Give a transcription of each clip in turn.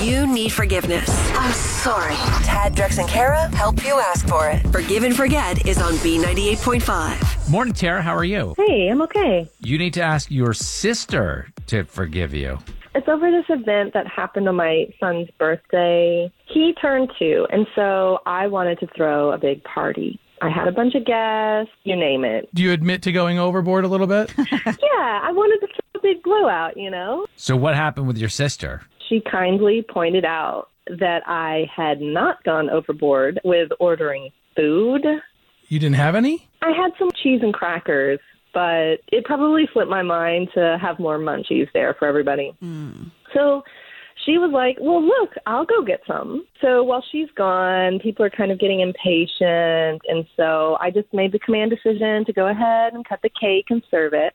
you need forgiveness. I'm sorry. Tad, Drex, and Kara help you ask for it. Forgive and Forget is on B98.5. Morning, Tara. How are you? Hey, I'm okay. You need to ask your sister to forgive you. It's over this event that happened on my son's birthday. He turned two, and so I wanted to throw a big party. I had a bunch of guests, you name it. Do you admit to going overboard a little bit? Yeah, I wanted to throw a big blowout, you know? So, what happened with your sister? She kindly pointed out that I had not gone overboard with ordering food. you didn't have any? I had some cheese and crackers, but it probably flipped my mind to have more munchies there for everybody. So she was like, Well, look, I'll go get some. So while she's gone, people are kind of getting impatient. And so I just made the command decision to go ahead and cut the cake and serve it.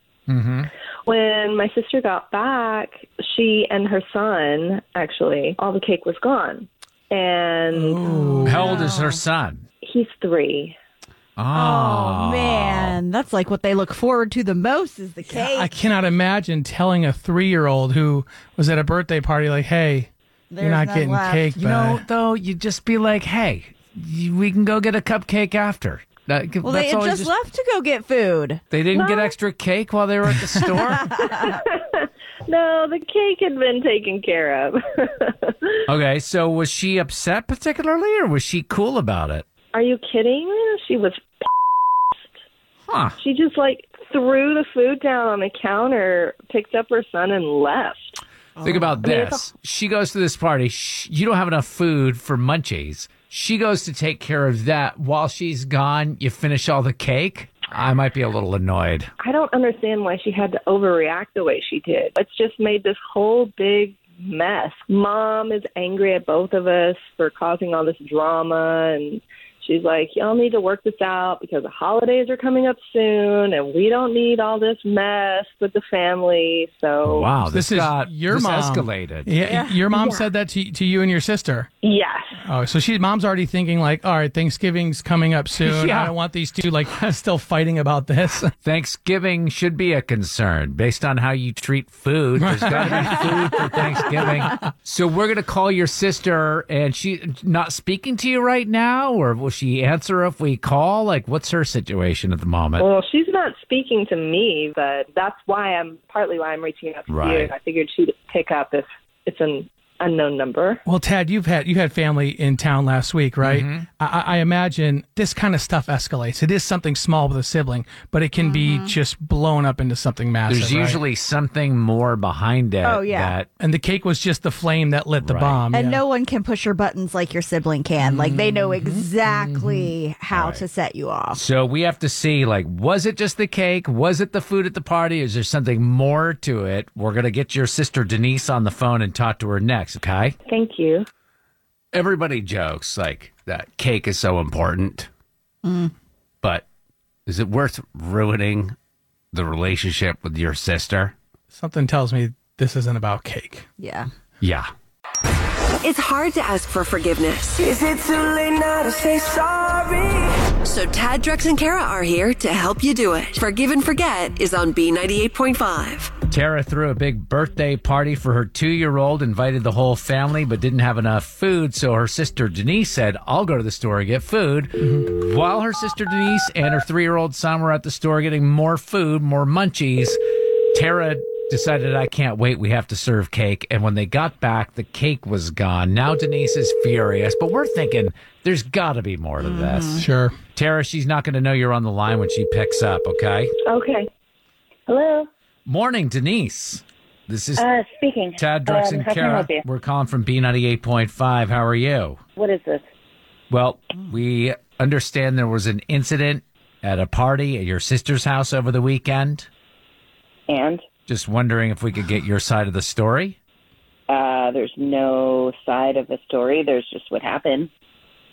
When my sister got back, she and her son, actually, all the cake was gone. And Oh. How old is her son? he's three. Oh, Oh man, that's like what they look forward to the most is the cake. I cannot imagine telling a three year old who was at a birthday party, like, hey, There's you're not none getting left. cake, You but know, though, you just be like, hey, you, we can go get a cupcake after. That- well, that's they had always just, left to go get food. They didn't get extra cake while they were at the store? No, the cake had been taken care of. okay, so was she upset particularly, or was she cool about it? Are you kidding? She was. Huh. She just like threw the food down on the counter, picked up her son, and left. Oh. Think about mean, it's this. She goes to this party. Sh you don't have enough food for munchies. She goes to take care of that. While she's gone, you finish all the cake. I might be a little annoyed. I don't understand why she had to overreact the way she did. It's just made this whole big mess. Mom is angry at both of us for causing all this drama and. She's like, y'all need to work this out because the holidays are coming up soon and we don't need all this mess with the family. So, Wow, Oh, this, This is got your this mom. escalated. Yeah, your mom said that to, to you and your sister. yes. Oh, so she mom's already thinking like, all right, Thanksgiving's coming up soon. Yeah. I don't want these two like still fighting about this. Thanksgiving should be a concern based on how you treat food. There's got to be food for Thanksgiving. So we're going to call your sister, and she not speaking to you right now, or will she answer if we call? Like, what's her situation at the moment? Well, she's not speaking to me, but that's why I'm partly why I'm reaching out to Right. you. I figured she'd pick up if it's an unknown number. Well, Tad, you've had you had family in town last week, right? Mm-hmm. I I, I imagine this kind of stuff escalates. It is something small with a sibling, but it can be just blown up into something massive. There's right? usually something more behind it. Oh, yeah. That, and the cake was just the flame that lit the Right. bomb. And yeah. no one can push your buttons like your sibling can. Like they know Mm-hmm. exactly how to set you off. so we have to see, like, was it just the cake? Was it the food at the party? Is there something more to it? We're going to get your sister Denise on the phone and talk to her next, okay? Thank you. everybody jokes like that cake is so important, but is it worth ruining the relationship with your sister? something tells me this isn't about cake. Yeah. Yeah. It's hard to ask for forgiveness. Is it too late now to say sorry? So Tad, Drex, and Kara are here to help you do it. Forgive and Forget is on B98.5. Tara threw a big birthday party for her two year old, invited the whole family, but didn't have enough food. So her sister Denise said, I'll go to the store and get food. While her sister Denise and her three year old son were at the store getting more food, more munchies, Tara decided, I can't wait. We have to serve cake. And when they got back, the cake was gone. Now Denise is furious, but we're thinking there's got to be more to this. Sure. Tara, she's not going to know you're on the line when she picks up, okay? Okay. Hello. Morning, Denise. This is Uh, speaking. Tad, Drex, Um, and how can I Kara. help you? We're calling from B98.5. How are you? What is this? Well, we understand there was an incident at a party at your sister's house over the weekend. And Just wondering if we could get your side of the story. uh, there's no side of a story. There's just what happened.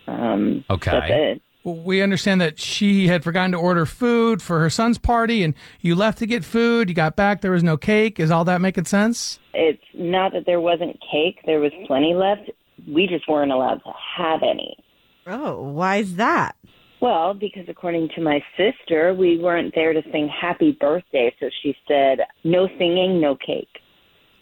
Um, Okay. That's it. Well, we understand that she had forgotten to order food for her son's party, and you left to get food. You got back, there was no cake. Is all that making sense? It's not that there wasn't cake. There was plenty left. We just weren't allowed to have any. Oh, why is that? Well, because according to my sister, we weren't there to sing happy birthday. So she said, no singing, no cake.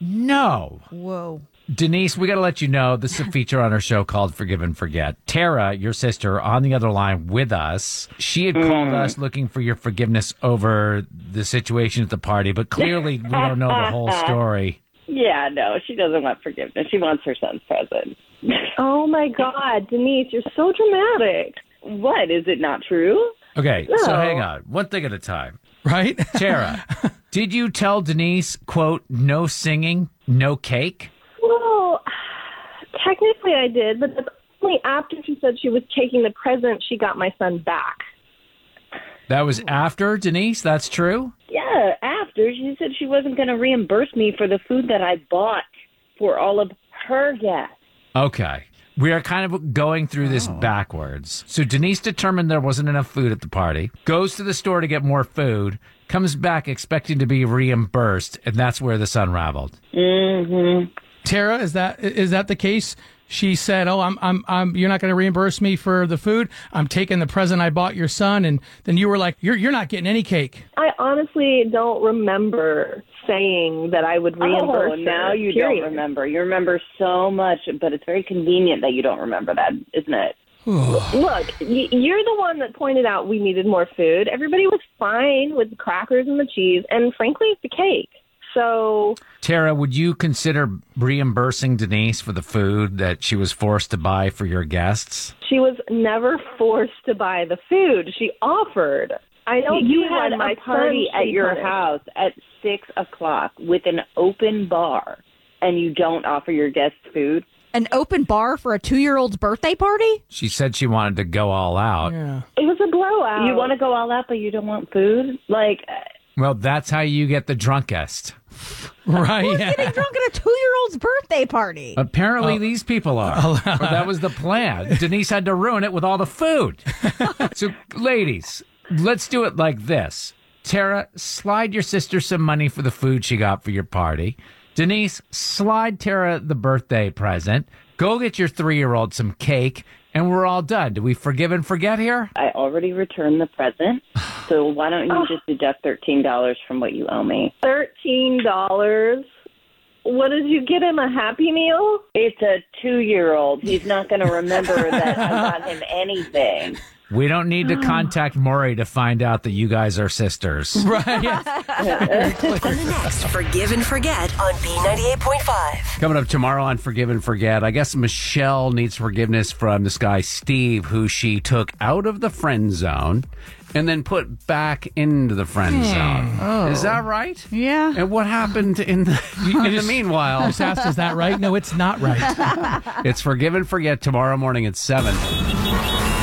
No. Whoa. Denise, we got to let you know this is a feature on our show called Forgive and Forget. Tara, your sister, on the other line with us. She Hmm. had called us looking for your forgiveness over the situation at the party, but clearly we don't know the whole story. Yeah, no, she doesn't want forgiveness. She wants her son's present. Oh my God, Denise, you're so dramatic. What? Is it not true? Okay, so hang on, one thing at a time. right? Tara, did you tell Denise, quote, no singing, no cake? Well, technically I did, but that's only after she said she was taking the present she got my son back. That was after Denise, that's true? Yeah, after she said she wasn't going to reimburse me for the food that I bought for all of her guests. Okay. We are kind of going through this backwards. So Denise determined there wasn't enough food at the party, goes to the store to get more food, comes back expecting to be reimbursed, and that's where this unraveled. Tara, is that is that the case? She said, "Oh, I'm I'm I'm you're not going to reimburse me for the food. I'm taking the present I bought your son." And then you were like, "You're you're not getting any cake." I honestly don't remember saying that I would reimburse her, Oh, now you period. don't remember. You remember so much, but it's very convenient that you don't remember that, isn't it? Look, y- you're the one that pointed out we needed more food. Everybody was fine with the crackers and the cheese, and frankly, the cake. So Tara, would you consider reimbursing Denise for the food that she was forced to buy for your guests? she was never forced to buy the food. She offered. I don't. you do had what my a party son at your should do. house at six o'clock with an open bar, and you don't offer your guests food. An open bar for a two year old's birthday party? She said she wanted to go all out. Yeah. It was a blowout. You want to go all out, but you don't want food. Like, Well, that's how you get the drunkest. Right. Getting drunk at a two year old's birthday party. Apparently, these people are. Or that was the plan. Denise had to ruin it with all the food. so, ladies, let's do it like this Tara, slide your sister some money for the food she got for your party. Denise, slide Tara the birthday present. Go get your three year old some cake, and we're all done. Do we forgive and forget here? I already returned the present, so why don't you just deduct thirteen dollars from what you owe me? thirteen dollars? What did you get him a happy meal? It's a two-year-old. He's not going to remember that I got him anything. We don't need to contact Maury to find out that you guys are sisters. Right. Yeah. On the next Forgive and Forget on B98.5. Coming up tomorrow on Forgive and Forget, I guess Michelle needs forgiveness from this guy, Steve, who she took out of the friend zone and then put back into the friend zone. Is that right? Yeah. And what happened in the, in the meanwhile? Just asked, is that right? No, it's not right. It's Forgive and Forget tomorrow morning at 7.